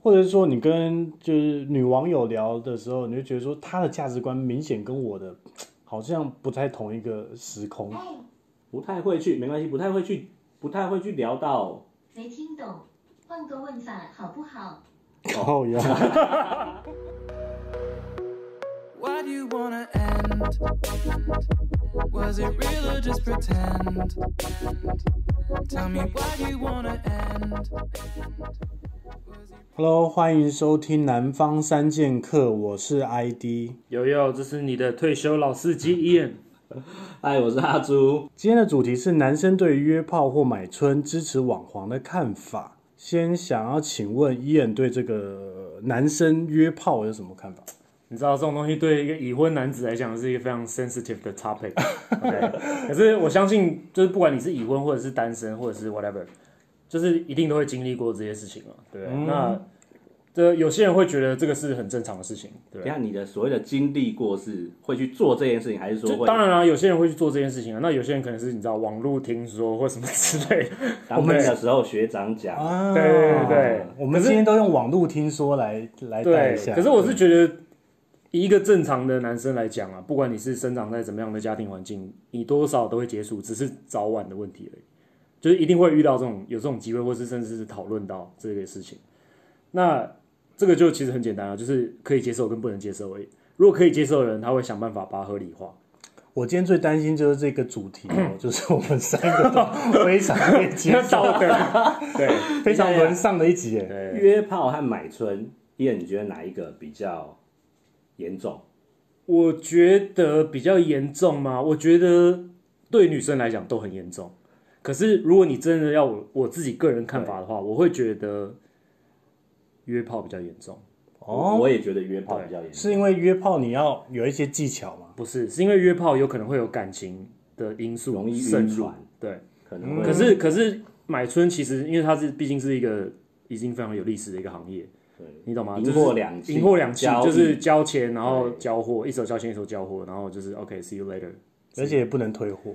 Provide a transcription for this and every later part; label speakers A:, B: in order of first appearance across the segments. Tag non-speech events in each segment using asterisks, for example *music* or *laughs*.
A: 或者是说你跟就是女网友聊的时候，你就觉得说她的价值观明显跟我的好像不太同一个时空。
B: 哎，
C: 不太会去，没关系，不太会去，不太会去聊到
B: 没听懂，换个问法好不好？
A: 靠呀！
D: Why do you wanna end? Was it real or just pretend? Tell me why do you wanna end?
A: *laughs* Hello，欢迎收听《南方三剑客》，我是 ID。
E: 悠悠，这是你的退休老司机 Ian。
C: 嗨，哎我是阿朱。
A: 今天的主题是男生对于约炮或买春支持网黄的看法。先想要请问伊恩对这个男生约炮有什么看法？
E: 你知道这种东西对一个已婚男子来讲是一个非常 sensitive 的 topic。OK，可是我相信，就是不管你是已婚或者是单身或者是 whatever，就是一定都会经历过这些事情嘛，对不对？那这有些人会觉得这个是很正常的事情，
C: 等
E: 对不
C: 一
E: 对？
C: 下你的所谓的经历过是会去做这件事情，还是说
E: 就
C: 会
E: 当然啦、有些人会去做这件事情啊。那有些人可能是你知道网络听说或什么之类的，
C: 当兵的时候学长讲？
A: 啊
E: 对对对
A: 我们
E: 可是
A: 今天都用网络听说来来带
E: 对
A: 一，下。嗯
E: 可是我是觉得，以一个正常的男生来讲啊，不管你是生长在怎么样的家庭环境，你多少都会接触，只是早晚的问题而已。就是一定会遇到这种有这种机会，或是甚至是讨论到这类事情。那这个就其实很简单啊，就是可以接受跟不能接受而已。如果可以接受的人，他会想办法把它合
A: *laughs*
E: 理化。
A: 我今天最担心就是这个主题哦，
C: *clears throat*
A: 就是我们三个都非常被
C: *laughs*
A: 接受、
E: 道德对
A: 非常沦丧的一集耶。
E: 对，
C: 约炮和买春，燕，你觉得哪一个比较严重？
E: 我觉得比较严重吗？我觉得对女生来讲都很严重。可是如果你真的要我我自己个人看法的话，我会觉得约炮比较严重。
C: 哦，我也觉得约炮比较严重。
A: 是因为约炮你要有一些技巧吗？
E: 不是，是因为约炮有可能会有感情的因素
C: 容易
E: 渗
C: 晕
E: 入
C: 船。嗯
E: 对，
C: 可能会
E: 可是可是买春其实因为它是毕竟是一个已经非常有历史的一个行业，
C: 对
E: 你懂吗？
C: 赢
E: 就是
C: 货两期
E: 赢货两期
C: 交易
E: 就是交钱，然后
C: 对
E: 交货，一手交钱一手交货，然后就是 OK，see、you later。
A: 而且也不能退货，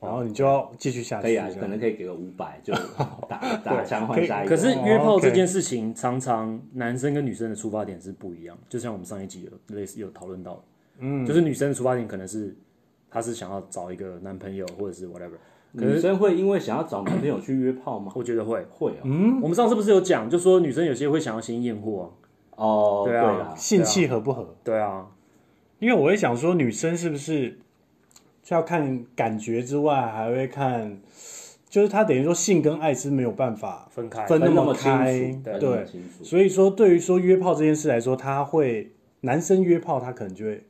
A: 然后你就要继续下去。
C: 哦可以啊，
A: 这样
C: 可能可以给个五百，
E: *laughs*
C: 就打打枪换下一个。
E: 可是约炮这件事情，常常男生跟女生的出发点是不一样，就像我们上一集有类似有讨论到，嗯，就是女生的出发点可能是她是想要找一个男朋友或者是 whatever，
C: 女生会因为想要找男朋友去约炮吗？
E: 我觉得会。啊嗯
C: 会哦。
E: 我们上次不是有讲，就说女生有些会想要先验货啊，
C: 哦，
E: 对
C: 对
E: 啊
C: 啦，
A: 性气合不合？
E: 对啊，
A: 因为我会想说，女生是不是就要看感觉之外，还会看，就是她等于说性跟爱是没有办法
E: 分开
A: 分那
C: 分那
A: 么
C: 么清楚
A: 开
C: 分，那么
A: 对
C: 清，楚
A: 所以说对于说约炮这件事来说，他会男生约炮，他可能就会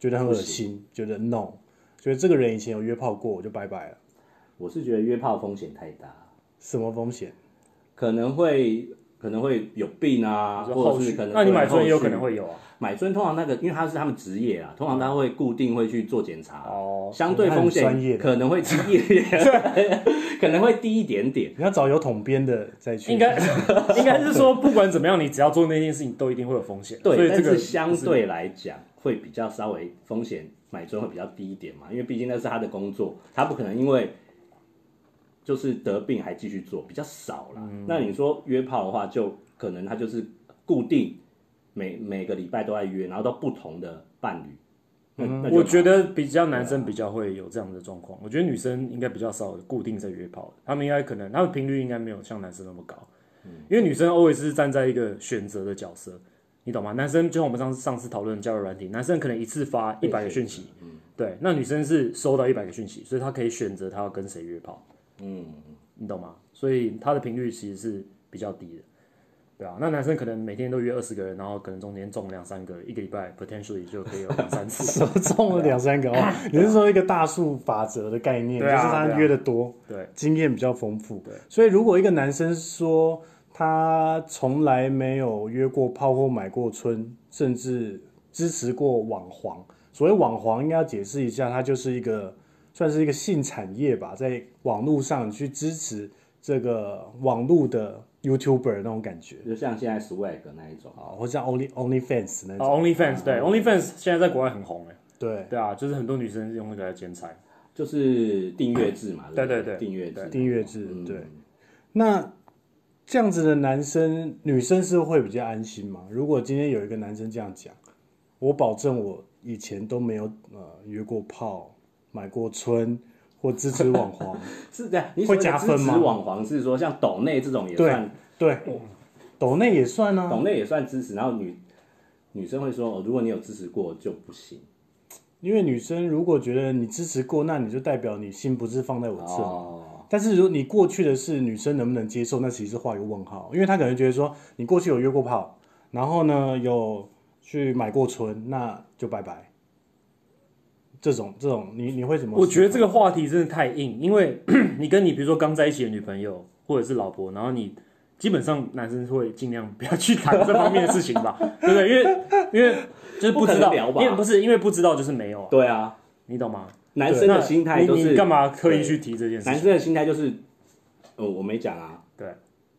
A: 觉得很恶心，觉得 no，觉得这个人以前有约炮过，我就拜拜了，
C: 我是觉得约炮风险太大，
A: 什么风险？
C: 可能会可能会有病啊，
E: 就是
C: 或
E: 后
C: 者是
E: 续
C: 可能。
E: 那你买春也有
C: 后续
E: 可能会有啊，
C: 买春，通常那个因为他是他们职业啊，通常他会固定会去做检查，
E: 哦
C: 相对风
A: 他很专业
C: 险
A: 的
C: 可能会低一点， *laughs* 可能会低一点点。
A: 你要找有统编的再去，
E: 应该 *laughs* 应该是说不管怎么样，你只要做那件事情，都一定会有风险，所
C: 对，
E: 以这
C: 但
E: 个
C: 是相对来讲会比较稍微风险买春会比较低一点嘛，因为毕竟那是他的工作，他不可能因为就是得病还继续做，比较少啦。那你说约炮的话，就可能他就是固定每每个礼拜都在约，然后都不同的伴侣。那那就
E: 嗯我觉得比较男生比较会有这样的状况，我觉得女生应该比较少固定在约炮，他们应该可能他们频率应该没有像男生那么高，因为女生 always 是站在一个选择的角色，你懂吗？男生就像我们上次上次讨论的交友软体，男生可能一次发一百个讯息，对，那女生是收到一百个讯息，所以她可以选择她要跟谁约炮，嗯，你懂吗？所以她的频率其实是比较低的。对啊，那男生可能每天都约二十个人，然后可能中间中两三个，一个礼拜 potentially 就可以有两三次。 *laughs*
A: 中了两三个哦。你是说一个大数法则的概念，就
E: 对
A: 是
E: 啊
A: 他
E: 对啊
A: 约的多，
E: 对，
A: 经验比较丰富。所以如果一个男生说他从来没有约过炮或买过春，甚至支持过网黄，所谓网黄应该要解释一下，它就是一个算是一个性产业吧，在网络上去支持这个网络的 YouTuber 那种感觉
C: 就像现在 swag 那一种，
A: 啊，或像 Only OnlyFans 那种，
E: 哦、o n l y f a n s
C: 嗯
E: 对，OnlyFans 现在在国外很红哎，
A: 对，
E: 对啊，就是很多女生是用那个来剪彩，
C: 就是订阅制嘛。嗯
E: 对
C: 对不
E: 对对
C: 订阅制，
A: 订阅制，对。那这样子的男生，女生是会比较安心嘛？如果今天有一个男生这样讲，我保证我以前都没有呃约过炮、买过春或支持网
C: *laughs*
A: 黄，
C: 是这样，你所谓
A: 会加
C: 的
A: 分
C: 支
A: 吗
C: 持网黄是说像抖内这种也
A: 对
C: 算，嗯
A: 对，抖内也算
C: 抖
A: 啊，
C: 内也算支持，然后女女生会说，哦，如果你有支持过就不行。
A: 因为女生如果觉得你支持过，那你就代表你心不是放在我这嘛。
C: 哦，
A: 但是如果你过去的是女生能不能接受，那其实是画一个问号，因为她可能觉得说你过去有约过炮，然后呢有去买过春，那就拜拜。这种这种，你你会怎么？
E: 我觉得这个话题真的太硬，因为 *clears throat* 你跟你比如说刚在一起的女朋友或者是老婆，然后你基本上男生会尽量不要去谈这方面的事情
C: *laughs*
E: 吧，对不对？因为因为就是
C: 不可能
E: 知道，
C: 聊吧
E: 因为不是因为不知道就是没有啊，
C: 对啊，
E: 你懂吗？
C: 男生的心态
E: 你
C: 都是
E: 你干嘛刻意去提这件事
C: 男
E: 情？
C: 生的心态就是，呃，我没讲啊，
E: 对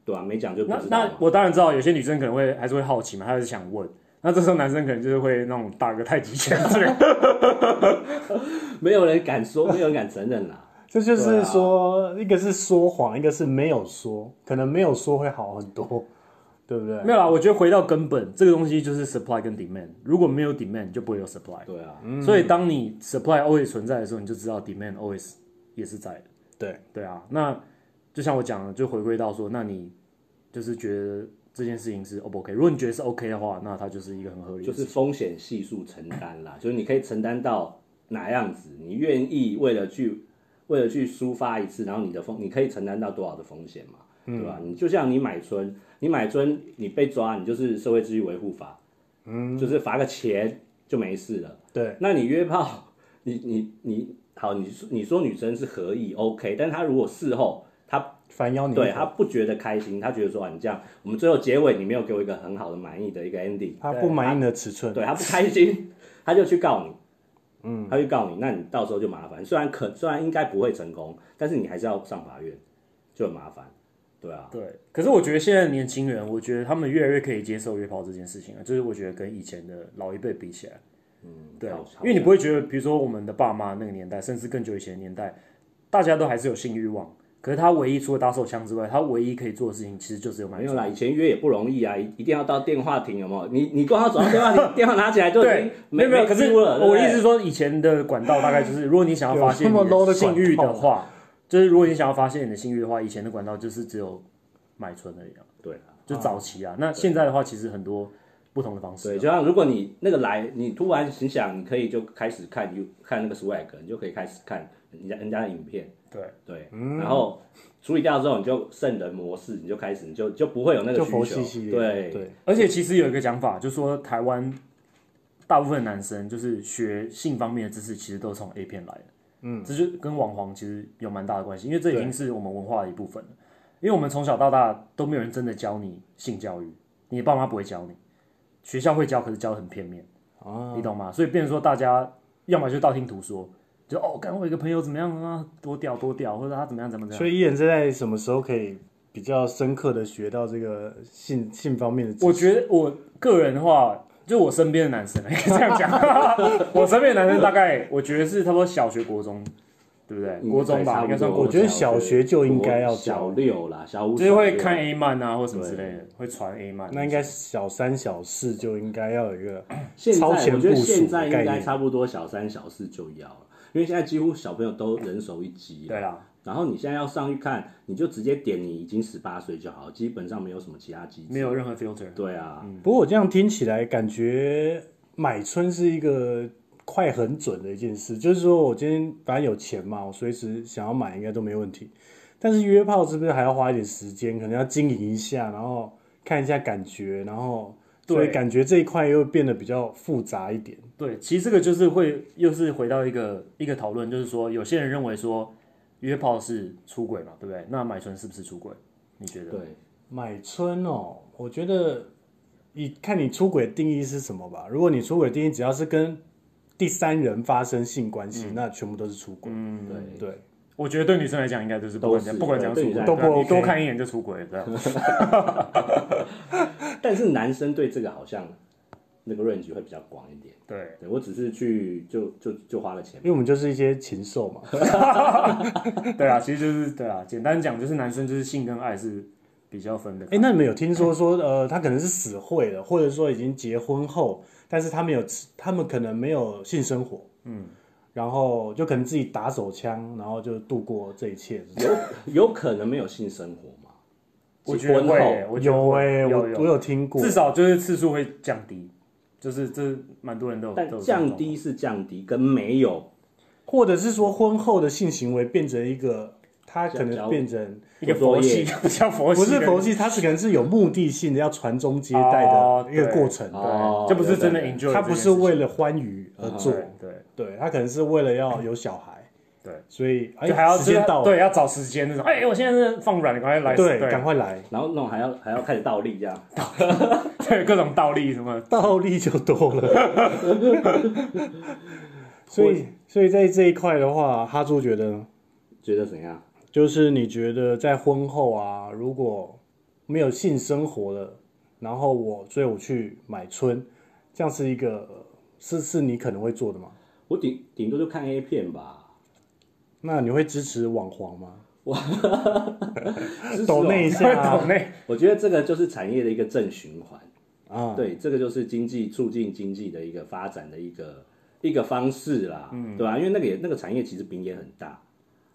C: 对啊，没讲就不
E: 那
C: 知道
E: 那
C: 嘛。
E: 我当然知道，有些女生可能会还是会好奇嘛，她还是想问。那这时候男生可能就是会那种打个太极拳之类的，
C: 没有人敢说，没有人敢承认啦。
A: 这就
C: 对
A: 是
C: 啊
A: 说，一个是说谎，一个是没有说，可能没有说会好很多，对不对？
E: 没有啦，我觉得回到根本，这个东西就是 supply 跟 demand。如果没有 demand，就不会有 supply。
C: 对啊，
E: 所以当你 supply always 存在的时候，你就知道 demand always 也是在的。
A: 对，
E: 对啊，那就像我讲的，就回归到说，那你就是觉得这件事情是 O 不 OK？如果你觉得是 OK 的话，那它就是一个很合理
C: 就
E: 的事
C: 是
E: 情。
C: 风险系数承担啦，就是你可以承担到哪样子，你愿意为了去为了去抒发一次，然后你的风你可以承担到多少的风险嘛，对吧？你就像你买春，你买春你被抓，你就是社会秩序维护法，嗯，就是罚个钱就没事了。
A: 对，
C: 那你约炮，你你你好，你说你说女生是合意 OK，但她如果事后她
A: 反邀你一口
C: 对她不觉得开心，她觉得说啊你这样，我们最后结尾你没有给我一个很好的满意的一个 ending，
A: 他不满意你的尺寸，
C: 对他不开心，他就去告你，嗯，他去告你，那你到时候就麻烦。虽然可虽然应该不会成功，但是你还是要上法院，就很麻烦，对啊，
E: 对，可是我觉得现在的年轻人，我觉得他们越来越可以接受约炮这件事情了，就是我觉得跟以前的老一辈比起来，嗯，对
C: 好，好
E: 因为你不会觉得，比如说我们的爸妈那个年代，甚至更久以前的年代，大家都还是有性欲望，可是他唯一除了打手枪之外，他唯一可以做的事情其实就只有买
C: 没有
E: 春。
C: 啦，以前约也不容易啊，一一定要到电话亭，有没有？你你光要走到电话
E: *laughs*
C: 亭，电话拿起来就已经
E: 对，
C: 没
E: 有没有，可是
C: 几乎了。
E: 我的
C: 对不
E: 意
C: 对
E: 思是说，以前的管道大概就是，如果你想要发现
A: 有这么
E: 你
A: low 的
E: 性欲
A: 管
E: 的
A: 道
E: 话，就是如果你想要发现你的性欲的话，以前的管道就是只有买春而已啊，
C: 对啊
E: 就早期啊。那现在的话，其实很多不同的方式
C: 对，
E: 啊。
C: 就像如果你那个来，你突然很想，你可以就开始看 you 看那个 swag，你就可以开始看人家人家的影片。
E: 对
C: 对，
A: 嗯
C: 然后处理掉之后，你就圣人模式，你就开始，你就就不会有那个
A: 就
C: 需
A: 佛
C: 求。
A: 系系列，
C: 对
A: 对，
E: 而且其实有一个讲法，就说台湾大部分男生就是学性方面的知识，其实都是从 A 片来的。嗯，这就跟网黄其实有蛮大的关系，因为这已经是我们文化的一部分了。因为我们从小到大都没有人真的教你性教育，你的爸妈不会教你，学校会教，可是教的很片面。
A: 啊，
E: 你懂吗？所以变成说大家要么就道听途说，就哦，刚我有一个朋友怎么样啊，多屌多屌，或者他怎么样怎么怎样
A: 所。以艺人是在什么时候可以比较深刻的学到这个性性方面的知识？
E: 我觉得我个人的话，就我身边的男生 *laughs* 这样
A: *laughs*
E: 讲，我身边的男生大概我觉得是差不多小学、国中，对不对？
C: 嗯
E: 国中吧，应该算国
A: 我觉
E: 中
A: 得，小学就应该要
C: 小
A: 教
C: 六啦，小五
E: 就是会看
C: 小
E: A 漫啊或什么之类的，会传 A 漫。
A: 那应该小三小四就应该要有一个
C: 六现在
A: 超前
C: 我觉得
A: 部署
C: 现在应
A: 概
C: 该
A: 念
C: 差不多小三小四就要了，因为现在几乎小朋友都人手一机
E: 对
C: 了。
E: 啦，
C: 然后你现在要上去看，你就直接点你已经十八岁就好，基本上没有什么其他机制。
E: 没有任何 filter。
C: 对啊，
E: 嗯
A: 不过我这样听起来，感觉买春是一个快很准的一件事，就是说我今天反正有钱嘛，我随时想要买应该都没问题。但是约炮是不是还要花一点时间，可能要经营一下，然后看一下感觉，然后所以
E: 对
A: 感觉这一块又变得比较复杂一点。
E: 对，其实这个就是会又是回到一个一个讨论，就是说有些人认为说约炮是出轨嘛，对不对？那买春是不是出轨？你觉得？
C: 对，
A: 买春哦，我觉得你看你出轨定义是什么吧。如果你出轨定义只要是跟第三人发生性关
E: 嗯
A: 系，那全部都是出轨。嗯，
C: 对，
A: 对。
E: 我觉得对女生来讲，应该就是不管怎
C: 都是
E: 样不管怎样
C: 对
E: 出轨
A: 对
E: 啊
A: 女生来讲
E: 你多
A: OK
E: 看一眼就出轨了，对吧？嗯
C: 但是男生对这个好像那个 range 会比较广一点。
E: 对，啊
C: 对我只是去就就就花了钱
A: 因为我们就是一些禽兽
E: *laughs*
A: 嘛，
E: 对啊，其实就是对啊，简单讲就是男生就是性跟爱是比较分的开。
A: 哎、那你们有听说说，呃，他可能是死会了，或者说已经结婚后，但是他们有吃，他们可能没有性生活，嗯，然后就可能自己打手枪，然后就度过这一切。
C: 有有可能没有性生活吗？
E: 我觉得
C: 结
E: 会、
C: 婚后
E: 我觉得
A: 有
E: 会
A: 哎、我
E: 有
A: 我有听过，
E: 至少就是次数会降低，就是这蛮多人都有都
C: 但
E: 有这种
C: 降低是降低，跟没有
A: 或者是说婚后的性行为变成一个，他可
C: 交
A: 能
C: 交
A: 变成
E: 一个佛系， *laughs* 像佛系
A: 不是
E: 的
A: 佛系，他是可能是有目的性的要传宗接代
E: 哦
A: 的一个
E: 对
A: 过程，
E: 对，
C: 哦
E: 这不是真的
C: 有有
E: enjoy，
A: 他不是为
E: 了
A: 了欢愉而做，
E: 嗯对
A: 对他可能是为了要有小孩，
E: 对
A: 所以哎
E: 对，就还要
A: 时间
E: 知道
A: 到了，
E: 对要找时间那种，哎，我现在是放软，赶快来，
A: 对，
E: 对，
A: 赶快来，
C: 然后那种还要还要开始倒立这样，
E: 对各种倒立什么，
A: 倒立就多了。
E: *laughs*
A: 所以，所以在这一块的话，哈猪觉得呢，
C: 觉得怎样？
A: 就是你觉得在婚后啊，如果没有性生活了，然后我所以我去买春，这样是一个呃是是你可能会做的吗？
C: 我顶顶多就看 A 片吧，
A: 那你会支持网黄吗？
C: 支持
A: 抖
C: 我
A: 那一下
E: *laughs* 抖
A: 啊
E: 内
C: 我觉得这个就是产业的一个正循环，
A: 啊，
C: 对，这个就是经济促进经济的一个发展的一个一个方式啦，嗯，对吧、因为那个也那个产业其实饼也很大。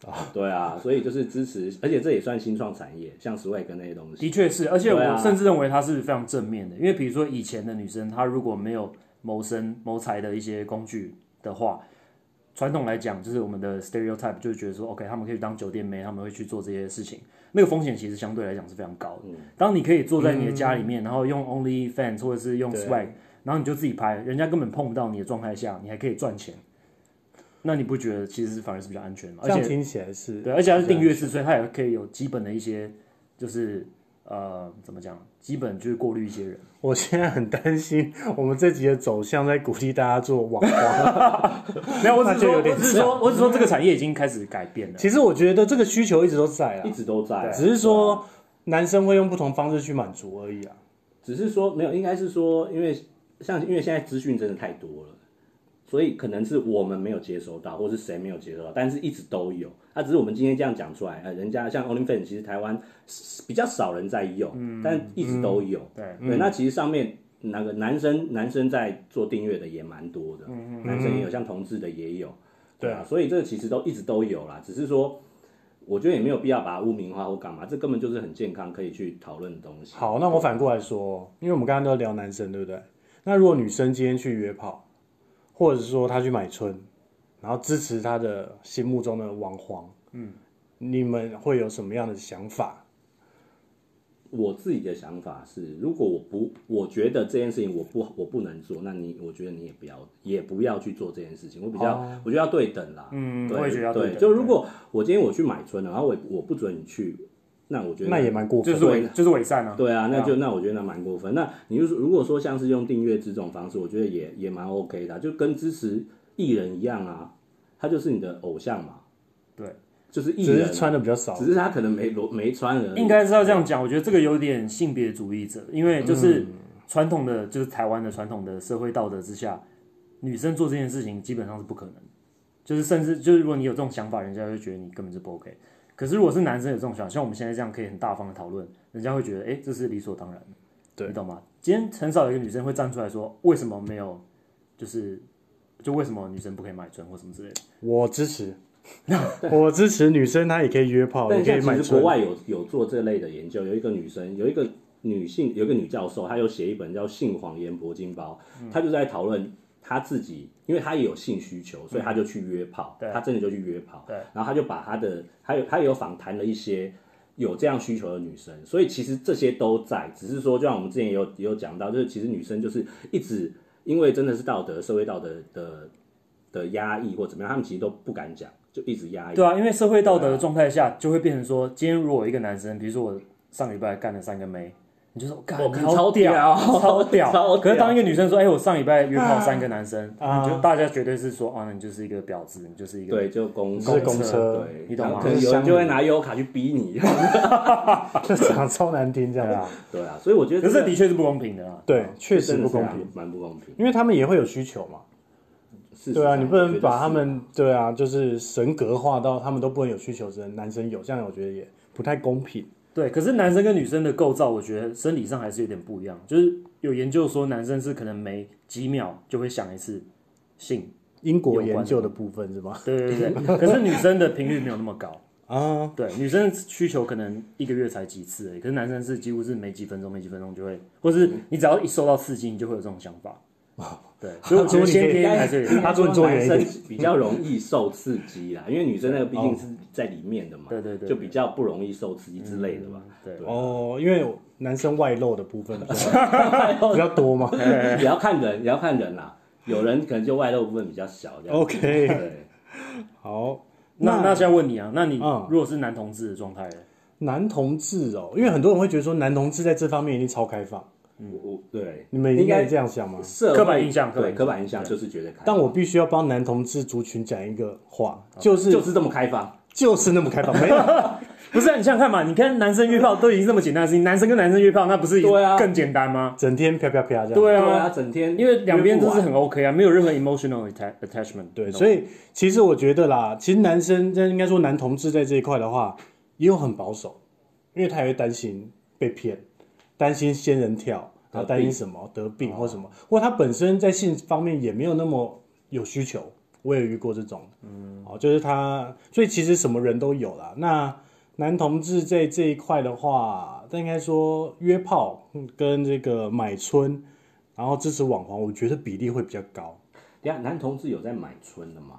A: 哦
C: 对啊，所以就是支持，而且这也算新创产业，像 Swag 那些东
E: 的
C: 西。
E: 确是，而且
C: 对
E: 我
C: 啊
E: 甚至认为它是非常正面的，因为比如说以前的女生，她如果没有谋生谋财的一些工具的话，传统来讲就是我们的 stereotype 就是觉得说，OK，他们可以当酒店妹，他们会去做这些事情，那个风险其实相对来讲是非常高的。
C: 嗯
E: 当你可以坐在你的家里面，然后用 OnlyFans 或者是用
A: 对
E: Swag，然后你就自己拍，人家根本碰不到你的状态下，你还可以赚钱，那你不觉得其实反而是比较安全吗？
A: 这
E: 而
A: 样
E: 且
A: 听起来是
E: 对，而且它
A: 啊
E: 是订阅制，所以它也可以有基本的一些，就是呃，怎么讲，基本就是过滤一些人。
A: 我现在很担心，我们这集的走向在鼓励大家做网
C: *laughs*
A: 黄。
E: 没有，我只
A: 那
E: 是
A: 就
E: 说，
A: 有
E: 我
A: 点
E: 只是说，我只是说这个产业已经开始改变了。
A: 其实我觉得这个需求一直都在
C: 一
A: 啊，
C: 直都在，啊
A: 只是说男生会用不同方式去满足而已啊。
C: 只是说没有，应该是说，因为像因为现在资讯真的太多了，所以可能是我们没有接收到，或是谁没有接收到，但是一直都有。那、只是我们今天这样讲出来，呃，人家像 OnlyFans，其实台湾是比较少人在用，但一直都有。
E: 对，
C: 对，那其实上面那个男生男生在做订阅的也蛮多的，男生也有，像同志的也有，对啊，所以这个其实都一直都有啦，只是说。我觉得也没有必要把它污名化或干嘛，这根本就是很健康可以去讨论的东西。
A: 好，那我反过来说，因为我们刚刚都在聊男生，对不对？那如果女生今天去约炮，或者说她去买春，然后支持她的心目中的网黄，嗯，你们会有什么样的想法？
C: 我自己的想法是，如果我不，我觉得这件事情我不我不能做，那你我觉得你也不要也不要去做这件事情。我比较、我觉得要对等啦，
E: 哦嗯
C: 对
E: 我也觉得要对
C: 对
E: 等
C: 就如果我今天我去买春，然后我我不准你去，那我觉得
A: 那也蛮过分的，
E: 就是伪，就是伪善啊。
C: 对啊，那就那我觉得那蛮过分。那你就说如果说像是用订阅制这种方式，我觉得也也蛮 OK 的啊、就跟支持艺人一样啊，他就是你的偶像嘛，
E: 对，
C: 就是艺
A: 只
C: 人啊、
A: 是穿的比较少
C: 只。是他可能没裸没穿而已，
E: 应该是要这样讲。我觉得这个有点性别主义者，因为就是传统的，就是台湾的传统的社会道德之下，女生做这件事情基本上是不可能。就是甚至就是如果你有这种想法，人家就觉得你根本就不 OK。可是如果是男生有这种想法，像我们现在这样可以很大方的讨论，人家会觉得哎、诶这是理所当然的，
A: 对
E: 你懂吗？今天很少有一个女生会站出来说为什么没有，就是就为什么女生不可以买春或什么之类的。
A: 我支
C: *laughs*
A: 持，我支持女生她也可以约炮，也
C: 但
A: 可以
C: 像
A: 买
C: 其实国
A: 春。 *laughs*
C: 外有有做这类的研究，有一个女生，有一个女性，有一个女教授，她有写一本叫《性谎言铂金包》，她就在讨论她自己，因为她也有性需求，所以她就去约炮，
E: 对
C: 她真的就去约炮，
E: 对，
C: 然后她就把她的，她有她也有访谈了一些。有这样需求的女生，所以其实这些都在，只是说，就像我们之前也有也有讲到，就是其实女生就是一直因为真的是道德、社会道德的的压抑或怎么样，她们其实都不敢讲，就一直压抑。
E: 对啊，因为社会道德的状态下，就会变成说，今天如果一个男生，比如说我上礼拜干了三个妹，你就说，干，
C: 我
E: 你
C: 靠
E: 好
C: 超
E: 屌，
C: 屌
E: 超
C: *laughs* 超屌
E: 可是当一个女生说，哎，我上礼拜约炮三个男生，
A: 啊
E: 你就大家绝对是说，啊，你就是一个婊子，你就是一个，
C: 对，就公
A: 是公车
C: 对，
E: 你懂吗
C: 然后可能有人就会拿优卡去逼
E: *laughs*
C: 你，
A: 就讲超难听这样
E: 对啊
C: *laughs*
A: 子，
C: 对啊，所以我觉
E: 可
C: 得
E: 是这的确是不公平的啦。
A: 对，确实
C: 真
A: 不
C: 的是啊
A: 公
C: 蛮
A: 平，
C: 蛮不公平。
A: 因为他们也会有需求嘛。
C: 事实
A: 对啊，你
C: 上
A: 不
C: 我觉
A: 能
C: 得
A: 把
C: 是
A: 他们对啊，就是神格化到他们都不能有需求，只能男生有，这样我觉得也不太公平。
E: 对，可是男生跟女生的构造，我觉得生理上还是有点不一样。就是有研究说，男生是可能每几秒就会想一次性，
A: 英国研究的部分是
E: *laughs*
A: 吗？
E: 对对对
C: *laughs*
E: 对。可是女生的频率没有那么高，
A: 啊，
E: 对，女生的需求可能一个月才几次而已，可是男生是几乎是每几分钟、每几分钟就会，或是你只要一受到刺激，你就会有这种想法。
A: 哦
E: 对，所以
A: *laughs*
E: 我觉得先天还是有点。
A: 他做做
C: 男
A: 远一点
C: 生比较容易受刺激啦，因为女生那个毕竟是在里面的嘛，
E: 哦对对对嗯
C: 就比较不容易受刺激之类的吧。
E: 对
C: 对
A: 哦，因为男生外露的部分比较比较多嘛。
C: *laughs* 也要看人，也要看人啦。有人可能就外露部分比较小，这样。
A: OK，
C: 对，
A: 好，
E: 那那现在问你啊，那你
A: 嗯
E: 如果是男同志的状态呢，
A: 男同志哦，因为很多人会觉得说男同志在这方面一定超开放，
E: 嗯
C: 我我对，
A: 你们应
C: 应
A: 该
C: 该
A: 也这样想吗？
C: 社会
E: 刻板印象刻
C: 对，
E: 板印象
C: 刻板印象就是觉得开放，
A: 但我必须要帮男同志族群讲一个话，就是
C: 就是这么开放，
A: 就是那么开放，没有
E: 不是、啊、你想想看嘛？你看男生约炮都已经这么简单的事情，男生跟男生约炮那不是
C: 对啊
E: 更简单吗？
A: 整天啪啪啪这样。
E: 对
C: 对
E: 啊
C: 啊，，整天
E: 因为两边都是
C: 约
E: 很 OK 啊，没有任何 emotional atta- attachment。
A: 对，所以其实我觉得啦，其实男生在应该说男同志在这一块的话，也有很保守，因为他也会担心被骗，担心仙人跳，
C: 得
A: 然后担心
C: 病啊
A: 什么得病或什么，或他本身在性方面也没有那么有需求，我也遇过这种，嗯，哦，就是他，所以其实什么人都有啦。那男同志在这一块的话，但应该说约炮嗯跟这个买春，然后支持网黄，我觉得比例会比较高。
C: 不完。等一下男同志有在买春的吗？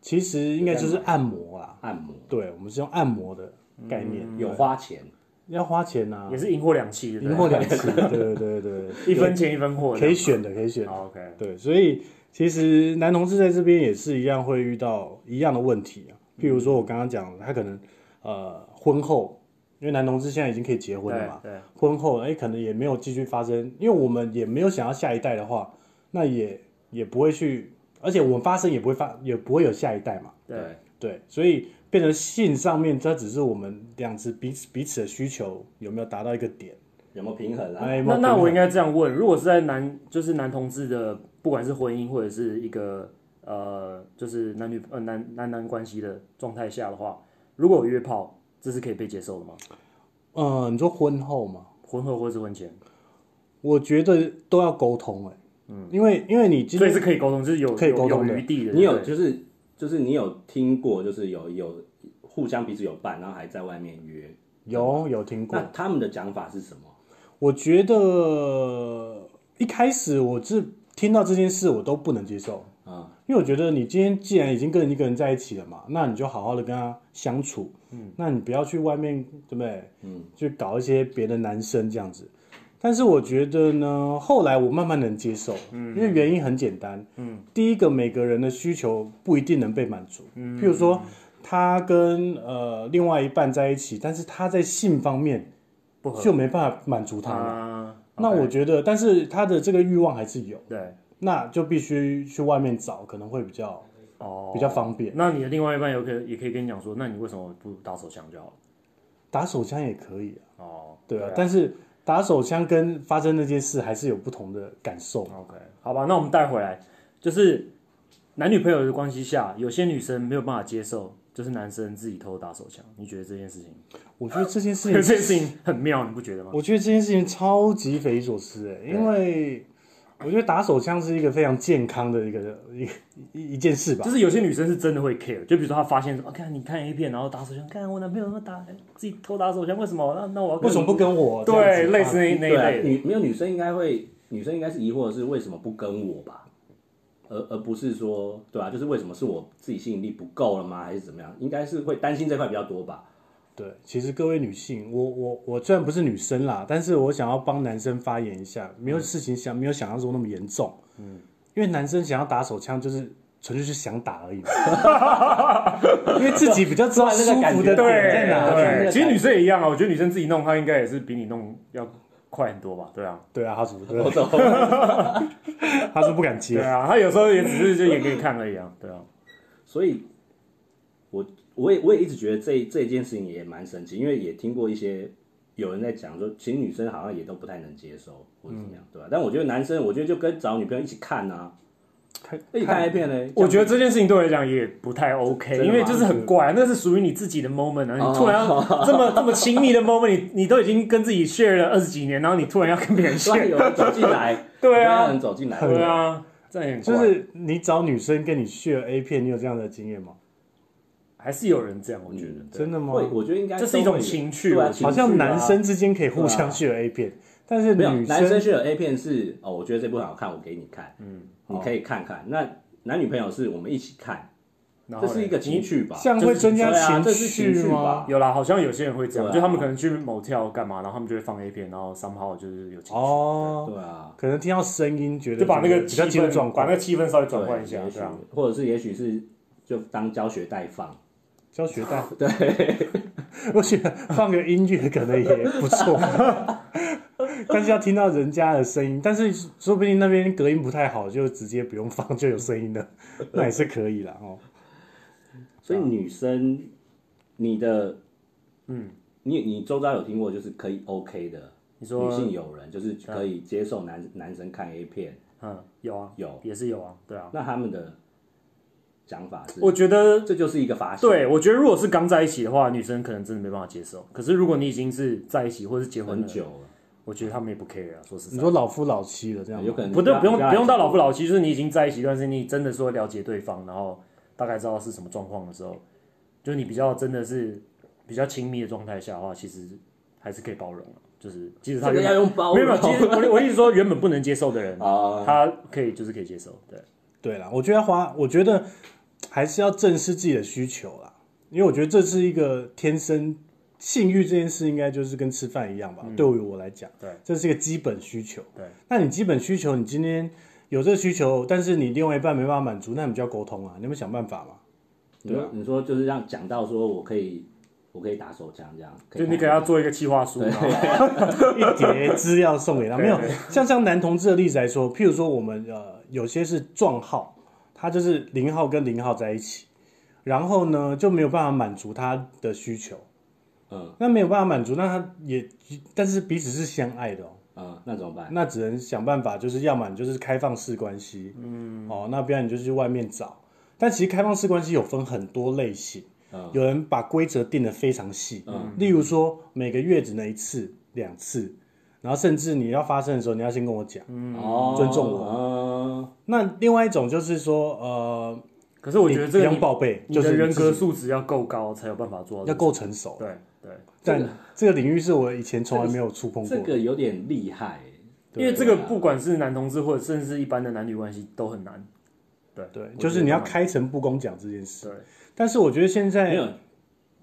A: 其实应该就是按摩啦，
C: 按摩
A: 对，我们是用按摩的概念，
C: 有花钱，
A: 要花钱啊
E: 嗯也，是赢货两期的，对
A: 赢货两次，对对对对，
E: *laughs* 一分钱一分货，
A: 可以选的，可以选的。
E: 好。OK，
A: 对，所以其实男同志在这边也是一样会遇到一样的问题啊，譬如说我刚刚讲，他可能呃婚后，因为男同志现在已经可以结婚了嘛，
E: 对对
A: 婚后哎、可能也没有继续发生，因为我们也没有想要下一代的话，那也也不会去，而且我们发生也不会发，也不会有下一代嘛，
E: 对
C: 对，
A: 对，所以变成性上面，它只是我们两只彼此彼此的需求有没有达到一个点。
C: 有没有平衡啊？
A: 哎
E: 那那我应
A: 该
E: 该这样问：如果是在男，就是男同志的，不管是婚姻或者是一个呃，就是男女呃男男男关系的状态下的话，如果有约炮，这是可以被接受的吗？
A: 呃，你说婚后嘛，
E: 婚后或是婚前，
A: 我觉得都要沟通哎、嗯，因为因为你今
E: 所以
A: 天
E: 是可以沟通，就是有
A: 可以
E: 有
A: 沟通的
E: 有余地的。
C: 你有
E: 对不对
C: 就是就是你有听过就是有有互相彼此有伴，然后还在外面约，
A: 有有听过
C: 那，他们的讲法是什么？
A: 我觉得一开始我是听到这件事我都不能接受，
C: 啊，
A: 因为我觉得你今天既然已经跟一个人在一起了嘛，那你就好好的跟他相处，嗯，那你不要去外面，对不对？
C: 嗯，
A: 去搞一些别的男生这样子。但是我觉得呢，后来我慢慢能接受，嗯，因为原因很简单，嗯，第一个每个人的需求不一定能被满足，嗯，譬如说他跟呃另外一半在一起，但是他在性方面
E: 不合
A: 就没办法满足他了。
E: 啊？
A: 那
E: OK，
A: 我觉得，但是他的这个欲望还是有，
E: 对
A: 那就必须去外面找，可能会比较
E: 哦
A: 比较方便。
E: 那你的另外一半有可也可以跟你讲说，那你为什么不打手枪就好了？
A: 打手枪也可以啊，
E: 哦，
A: 对啊，但是打手枪跟发生那件事还是有不同的感受。
E: OK，好吧，那我们带回来，就是男女朋友的关系下，有些女生没有办法接受，就是男生自己偷打手枪。你觉得这件事情，
A: 我觉得这件事
E: *laughs* 这
A: 情，
E: 件事情很妙，你不觉得吗？
A: 我觉得这件事情超级匪夷所思哎、因为我觉得打手枪是一个非常健康的一个一个一一件事吧
E: 就。是有些女生是真的会 care，就比如说她发现说，啊，看你看 A 片，然后打手枪，看我男朋友他打自己偷打手枪，为什么？那那我要跟
A: 为什么不跟我？这
E: 对
A: 样子
E: 类似那那一
C: 对啊，
E: 类的？
C: 女没有女生应该会，女生应该是疑惑的是为什么不跟我吧，而而不是说对啊，就是为什么是我自己吸引力不够了吗，还是怎么样？应该是会担心这块比较多吧。
A: 对，其实各位女性，我我我虽然不是女生啦，但是我想要帮男生发言一下，没
C: 嗯
A: 有事情想没有想象中那么严重。嗯，因为男生想要打手枪就是。纯粹是想打而已嘛，
C: *laughs*
A: 因为自己比较知道
C: 突然
A: 舒
C: 那个感
A: 服
C: 觉
A: 的点
C: 对
A: 在哪里。
C: 对
E: 其实女生也一样啊，我觉得女生自己弄，她应该也是比你弄要快很多吧？对啊，
A: 对啊，他怎么
C: *laughs* 我
A: 对？
C: 走，
A: *laughs* 他是不敢
E: 对
A: 接。
E: 啊，她有时候也只是就演给你看而已啊，对啊。
C: 所以我我也我也一直觉得这这件事情也蛮神奇，因为也听过一些有人在讲说，其实女生好
E: 嗯
C: 像也都不太能接受或者怎么样，对吧、但我觉得男生，我觉得就跟找女朋友一起看啊，
A: 看
C: 那你看 A 片呢？
E: 我觉得这件事情对我来讲也不太 OK，
C: 真的吗
E: 因为就是很怪，啊那是属于你自己的 moment 啊，
C: 哦
E: 你突然要这么 *laughs* 这么亲密的 moment，你你都已经跟自己 share 了二十几年，然后你突然要跟别人
C: 突然 *laughs*
E: share，
C: 有人走进来，
E: *laughs* 对
C: 突然有
E: 啊
C: 人，走进来，
E: 对啊，这样也很怪
A: 就是你找女生跟你 share A 片，你有这样的经验吗？
E: 还是有人这样，我觉得
C: 嗯
E: 对
A: 真的吗？
C: 会，我觉得应该
E: 这是一种
C: 都会有
E: 情趣
C: 对啊
E: 我觉
A: 好像
C: 情趣啊
A: 男生之间可以互相
C: 对啊
A: share A 片，但是
C: 没有
A: 女
C: 男生去了 A 片是哦，我觉得这部很好看，我给你看，嗯，你可以看看。那男女朋友是我们一起看，
E: 然后
C: 这
E: 嘞
C: 是一个情趣吧？
A: 这样会增加
C: 对啊这是
A: 趣
C: 情趣
A: 吗
C: 吧？
E: 有啦，好像有些人会这样，
C: 对啊
E: 就他们可能去某跳干嘛，然后他们就会放 A 片，然后 somehow 就是有情绪，
A: 哦，
C: 对啊，
A: 可能听到声音觉得
E: 就把那个
A: 比
E: 气
A: 较进入状
E: 氛，把
A: 况
E: 那个，气氛稍微转
C: 对
E: 换一下，
C: 也许
E: 对啊，
C: 或者是也许是就当教学带放，
A: 教学
E: *laughs*
A: 带对， *laughs* 我觉得放个音乐可能也不错， *laughs* 但是要听到人家的声音，但是说不定那边隔音不太好，就直接不用放就有声音
E: *laughs*
A: 了，那也是可以啦哦。
C: 所
E: 啊
C: 以女生你的嗯，你你周遭有听过就是可以 OK 的
E: 你说啊
C: 女性友人，就是可以接受男男生看 A 片，
E: 嗯，有啊，
C: 有
E: 也是有啊，对啊，
C: 那他们的想法是，
E: 我觉得
C: 这就是一个发现，
E: 对，我觉得如果是刚在一起的话，女生可能真的没办法接受。可是如果你已经是在一起或是结婚
C: 很
E: 了，
C: 久了。
E: 我觉得他们也不 care 啊。说实
A: 你
E: 在，
A: 说老夫老妻了这样吗，
C: 有可能
E: 不对，不用
C: 比较
E: 不用到老夫老妻，就是你已经在一起一段时间，你真的说了解对方，然后大概知道是什么状况的时候，就是你比较真的是比较亲密的状态下的话，其实还是可以包容啊。就是即使他
C: 这个
E: 原
C: 要
E: 本
C: 用包
E: 没有没
C: 容
E: 有，其实我我一直说原本不能接受的人，
C: 啊，
E: 他可以就是可以接受，对。
A: 对啦，我觉得花，我觉得还是要正视自己的需求啦，因为我觉得这是一个天生性欲这件事，应该就是跟吃饭一样吧。对于我来讲，
E: 嗯对
A: 这是一个基本需求。
E: 对，
A: 那你基本需求，你今天有这个需求，但是你另外一半没办法满足，那你们就要沟通啊，你们想办法嘛。
C: 你
A: 啊
C: 说你说就是让讲到说我可以我可以打手枪这样，
E: 就你
C: 看
E: 给他做一个企划书，然后
C: *laughs*
A: 一叠资料送给他，
E: 对
A: 没有
E: 对
A: 像像男同志的例子来说，譬如说我们呃有些是撞号，他就是零号跟零号在一起，然后呢就没有办法满足他的需求，
C: 嗯
A: 那没有办法满足，那他也但是彼此是相爱的哦，
C: 嗯，那怎么办？
A: 那只能想办法，就是要么你就是开放式关系，嗯，哦，那不然你就去外面找。但其实开放式关系有分很多类型，
C: 嗯
A: 有人把规则定得非常细，
C: 嗯
A: 例如说每个月只能一次、两次，然后甚至你要发生的时候，你要先跟我讲。
E: 嗯
C: 哦，
A: 嗯尊重我
C: 我，
A: 那另外一种就是说，呃，
E: 可是我觉得这
A: 你不
E: 个你
A: 用报备，
E: 你
A: 就
E: 的
A: 是
E: 人
A: 你自
E: 格
A: 己
E: 素质要够高，才有办法做到这
A: 要
E: 个
A: 够
E: 事
A: 成熟。
E: 情。对对，
A: 但这个领域是我以前从来没有触碰过
C: 这
A: 的。
C: 个有点厉害欸，
E: 因为这个不管是男同志或者甚至是一般的男女关系都很难。对
A: 对，就是你要，开诚布公讲这件
E: 我觉
A: 事。
E: 得都很难
A: 但是我觉得现在
C: 没有。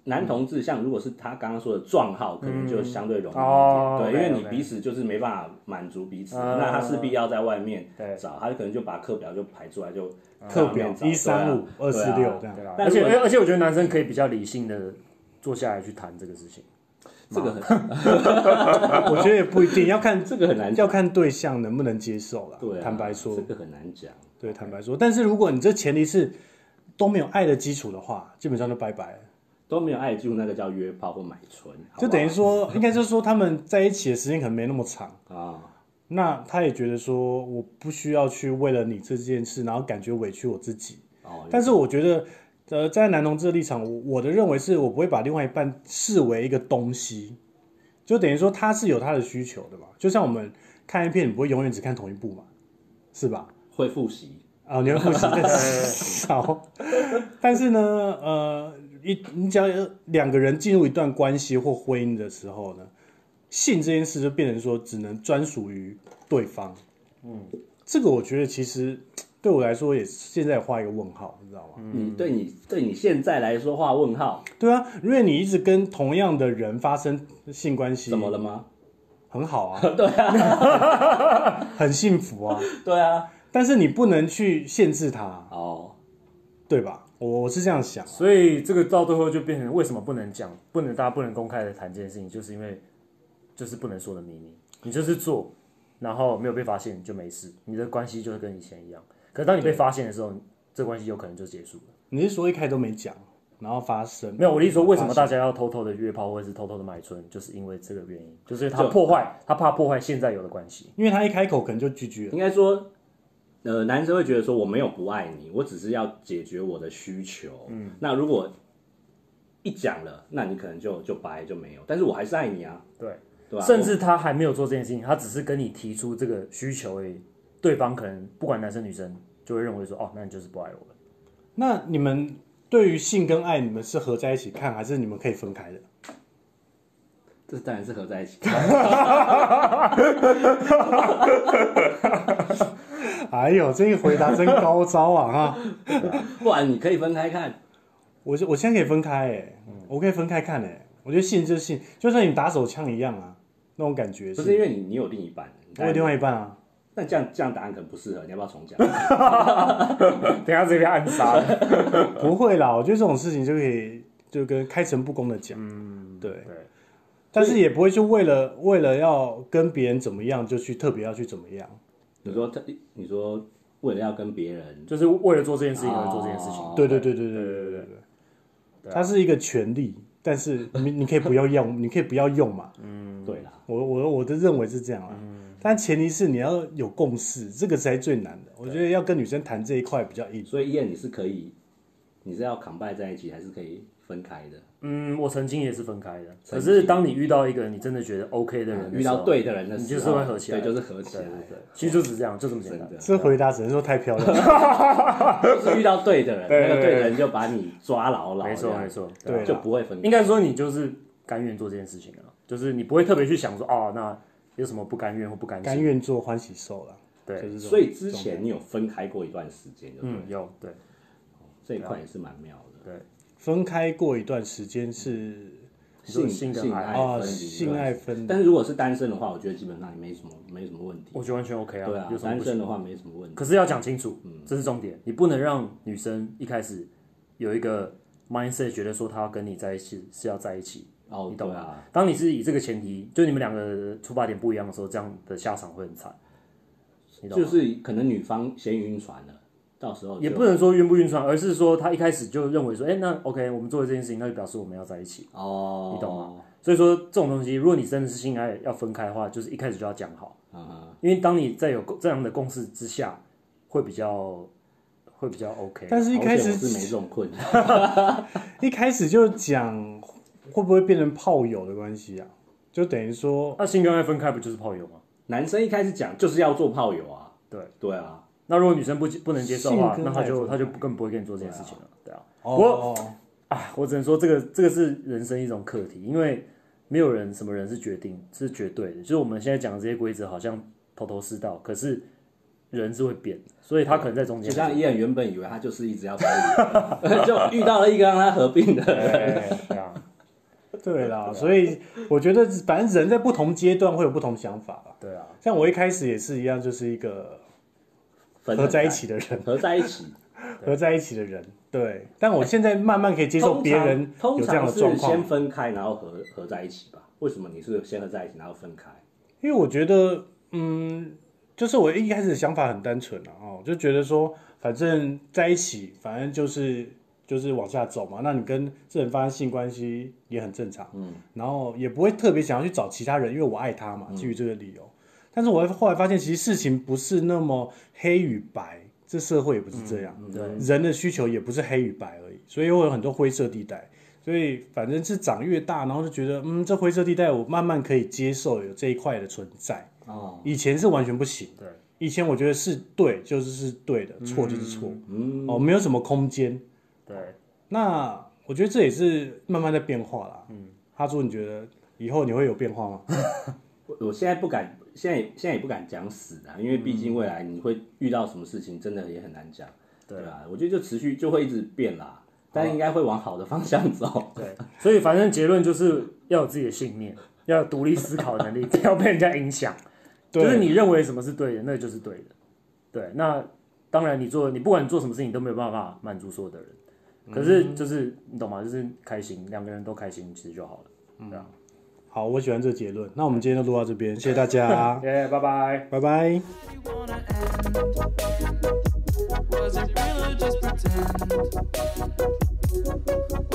C: 男同志像如果是他刚刚说的撞号，可能就
A: 嗯
C: 相对容易一
E: 哦
C: 点，对，因
E: OK，
C: 为你
E: OK
C: 彼此就是没办法满足彼此，
A: 嗯
E: 啊
C: 那他势必要在外面
E: 对
C: 找，他可能就把课表就排出来，就
A: 嗯课表
C: 啊
A: 一三五二四六这样
C: 样。
E: 对，对啊，
C: 但
E: 而且
C: 如果
E: 而且我觉得男生可以比较理性的坐下来去谈这个事情。
C: 这个很
A: 啊我觉得也不一定，要看
C: *laughs* 这个很难
A: 要
C: 讲，
A: 看对象能不能接受啦。
C: 对啊，
A: *laughs* 坦白说
C: 这，个很难讲。
A: 对，坦白说，但是如果你这前提是都没有爱的基础的话，基本上就拜拜了。
C: 都没有爱住，那个叫约炮或买春，好不好
A: 就等于说，应该就是说他们在一起的时间可能没那么长。
C: 啊，
A: 那他也觉得说，我不需要去为了你这件事，然后感觉委屈我自己。
C: 哦，
A: 但是我觉得，呃，在男同志的立场，我我的认为是我不会把另外一半视为一个东西，就等于说他是有他的需求的嘛。就像我们看一片，你不会永远只看同一部嘛，是吧？
C: 会复习，
A: 啊，你会复习但是少，但是呢，呃，一你只要有两个人进入一段关系或婚姻的时候呢，性这件事就变成说只能专属于对方。嗯，这个我觉得其实对我来说也是现在画一个问号，你知道吗？
C: 你对你对你现在来说画问号，
A: 对啊，因为你一直跟同样的人发生性关系，
C: 怎么了？吗？
A: 很好
E: *laughs*
A: 啊，对啊， *laughs* 很幸福啊，
C: 对啊，
A: 但是你不能去限制他，
C: 哦，
A: 对吧？我我是这样想啊。
E: 所以这个到最后就变成为什么不能讲，不能大家不能公开的谈这件事情，就是因为就是不能说的秘密，你就是做，然后没有被发现就没事，你的关系就会跟以前一样。可是当你被发现的时候，这关系有可能就结束了。
A: 你是说一开都没讲，然后发生？
E: 没有，我的意思说，为什么大家要偷偷的约炮或者是偷偷的买春，就是因为这个原因，就是他
C: 就
E: 破坏，他怕破坏现在有的关系。
A: 因为他一开口可能就拒绝了。
C: 应该说呃，男生会觉得说我没有不爱你，我只是要解决我的需求。嗯，那如果一讲了，那你可能就就白就没有，但是我还是爱你啊，
E: 对，
C: 对吧、
E: 甚至他还没有做这件事情，他只是跟你提出这个需求而已，对方可能不管男生女生就会认为说，哦，那你就是不爱我了。
C: *laughs*
A: 那你们对于性跟爱，你们是合在一起看，还是你们可以分开的？
C: 这当然是合在一起。 *laughs*
A: 哎呦，这个回答真高招啊！哈，
C: 不然你可以分开看，
A: 我是我现在可以分开哎、我可以分开看哎、我觉得性就是性，就像你打手枪一样啊，那种感觉
C: 不是因为你你有另一半，你
A: 我有另外一半啊。
C: 那这样这样答案可能不适合，你要不要重讲？
E: 等一下这边暗杀了，
A: 不会啦，我觉得这种事情就可以就跟开诚布公的讲，嗯，对，
E: 对，
A: 但是也不会去为了为了要跟别人怎么样就去特别要去怎么样，
C: 你说他，你说为了要跟别人，哦
E: 就是为了做这件事情而做这件事情。
A: 对对哦对对对对对对对，它是一个权利，但是你你可以不要用，你可以不要用嘛，
C: 对啦，
A: 我我我的认为是这样啦，但前提是你要有共识，这个才最难的，我觉得要跟女生谈这一块比较易，
C: 所以燕你是可以，你是要 combine 在一起，还是可以分开的？
E: 嗯，我曾经也是分开的，
C: *laughs* 曾经嗯
E: 可是当你遇到一个你真的觉得 OK 的人的时候，
C: 遇到对的人的时
E: 你
C: 候，
E: 就是会合起来，
C: 对，就是合起来
E: 对，对对，其实就只是这样，就这么简
C: 真
E: 单。 *laughs*
C: 的，
A: 这回答只能说太漂亮了，
C: 就是遇到对的人，
E: 对
C: 那个对
E: 对
C: 的人就把你抓牢牢，
E: 没
C: 这
E: 错
C: 样
E: 没，错，
A: 对啊
C: 就不会分开
E: 应。该说你就是甘愿做这件事情啊，就是你不会特别去想说哦，那有什么不甘愿或不甘
A: 甘
E: 心？
A: 愿做欢喜受了，
E: 对
A: 就是这种
C: 所以之前你有分开过一段时间，就对
E: 嗯，有对
C: 这一块也是蛮妙的。
E: 对，
A: 分开过一段时间是
E: 你说
C: 性
E: 性跟爱
C: 爱
A: 啊
C: 分离，
A: 性爱分离
C: 但是如果是单身的话，我觉得基本上也没什么没什么问题
E: 我。觉得完全 OK 啊，
C: 对啊
E: 有，什么
C: 单
E: 不行？
C: 身的话没什么问题。
E: 可是要讲清楚，
C: 嗯
E: 这是重点，你不能让女生一开始有一个 mindset 觉得说她要跟你在一起是要在一起，
C: 哦
E: 你，懂
C: 对
E: 吗
C: 啊，
E: 当你是以这个前提，就你们两个出发点不一样的时候，这样的下场会很惨，你懂吗？
C: 就是可能女方先晕船了，到时候
E: 也
C: 就
E: 不能说晕不晕船，而是说他一开始就认为说，哎、那 OK，我们做了这件事情，那就表示我们要在一起。
C: 哦，
E: 你懂
A: 啊
E: 吗？所以说这种东西，如果你真的是性爱要分开的话，就是一开始就要讲好，
C: 嗯哼，
E: 因为当你在有共这样的共识之下，会比较会比较 OK。啊
A: 但是一开
C: 好险我是没
A: 始
C: 这种困扰，
A: 一开始就讲会不会变成炮友的关系啊？就等于说
E: 那性跟爱分开不就是炮友吗？
C: 男生一开始讲就是要做炮友啊，
E: 对
C: 对啊，
E: 那如果女生不不能接受的话，
A: 性跟
E: 那
A: 爱
E: 她就
A: 分开
E: 她就更不会跟你做这件事情了，对啊。
A: 哦，
E: 啊，我只能说这个这个是人生一种课题，因为没有人什么人是决定是绝对的，就是我们现在讲的这些规则好像头头是道，可是人是会变的，所以他可能在中
C: 就
E: 间。
C: 像伊人原本以为他就是一
A: *laughs*
C: 直要炮友，就遇到了一个让他合并的人，
E: 哎对啊，
A: 对啦，所以我觉得反正人在不同阶段会有不同想法啦。
E: 对啊，
A: 像我一开始也是一样，就是一个
C: 分
A: 合
C: 很
A: 在一
C: 开
A: 起的人，
C: *laughs* 合在一起。
A: 合在一起的人。对，但我现在慢慢可以接受
C: 通
A: 别
C: 常
A: 人有
C: 通
A: 这样
C: 常
A: 的
C: 是
A: 状况
C: 先，分开，然后合合在一起吧？为什么你是先合在一起，然后分开？
A: 因为我觉得，嗯，就是我一开始想法很单纯啊，哦，就觉得说，反正在一起，反正就是就是往下走嘛。那你跟这人发生性关系也很正常，嗯，然后也不会特别想要去找其他人，因为我爱他
C: 嗯
A: 嘛，基于这个理由。但是我后来发现，其实事情不是那么黑与白，这社会也不是这样，
C: 嗯
A: 对，人的需求也不是黑与白而已，所以会有很多灰色地带。所以反正是长越大，然后就觉得，嗯，这灰色地带我慢慢可以接受有这一块的存在。
C: 哦，
A: 以前是完全不行，
E: 对，
A: 以前我觉得是对就是是对的，错就是错，
C: 嗯
A: 哦，没有什么空间。
E: 对，
A: 那我觉得这也是慢慢在变化啦。嗯，哈猪，你觉得以后你会有变化吗？
C: 我我现在不敢，现在也现在也不敢讲死啊，因为毕竟未来你会遇到什么事情，真的也很难讲，对吧、我觉得就持续就会一直变啦，但应该会往好的啊方向走。
E: 对，所以反正结论就是要有自己的信念，要有独立思考能力，不要被人家影响。
A: 对
E: 就是你认为什么是对的，那就是对的。对，那当然你做你不管你做什么事情都没有办法满足所有的人，可是就是、你懂吗？就是开心，两个人都开心其实就好了。对啊，
A: 好，我喜欢这个结论。那我们今天就录到这边，谢谢大家，
E: 耶、拜拜。
A: 拜拜。
D: you wanna end? Was it real or just pretend?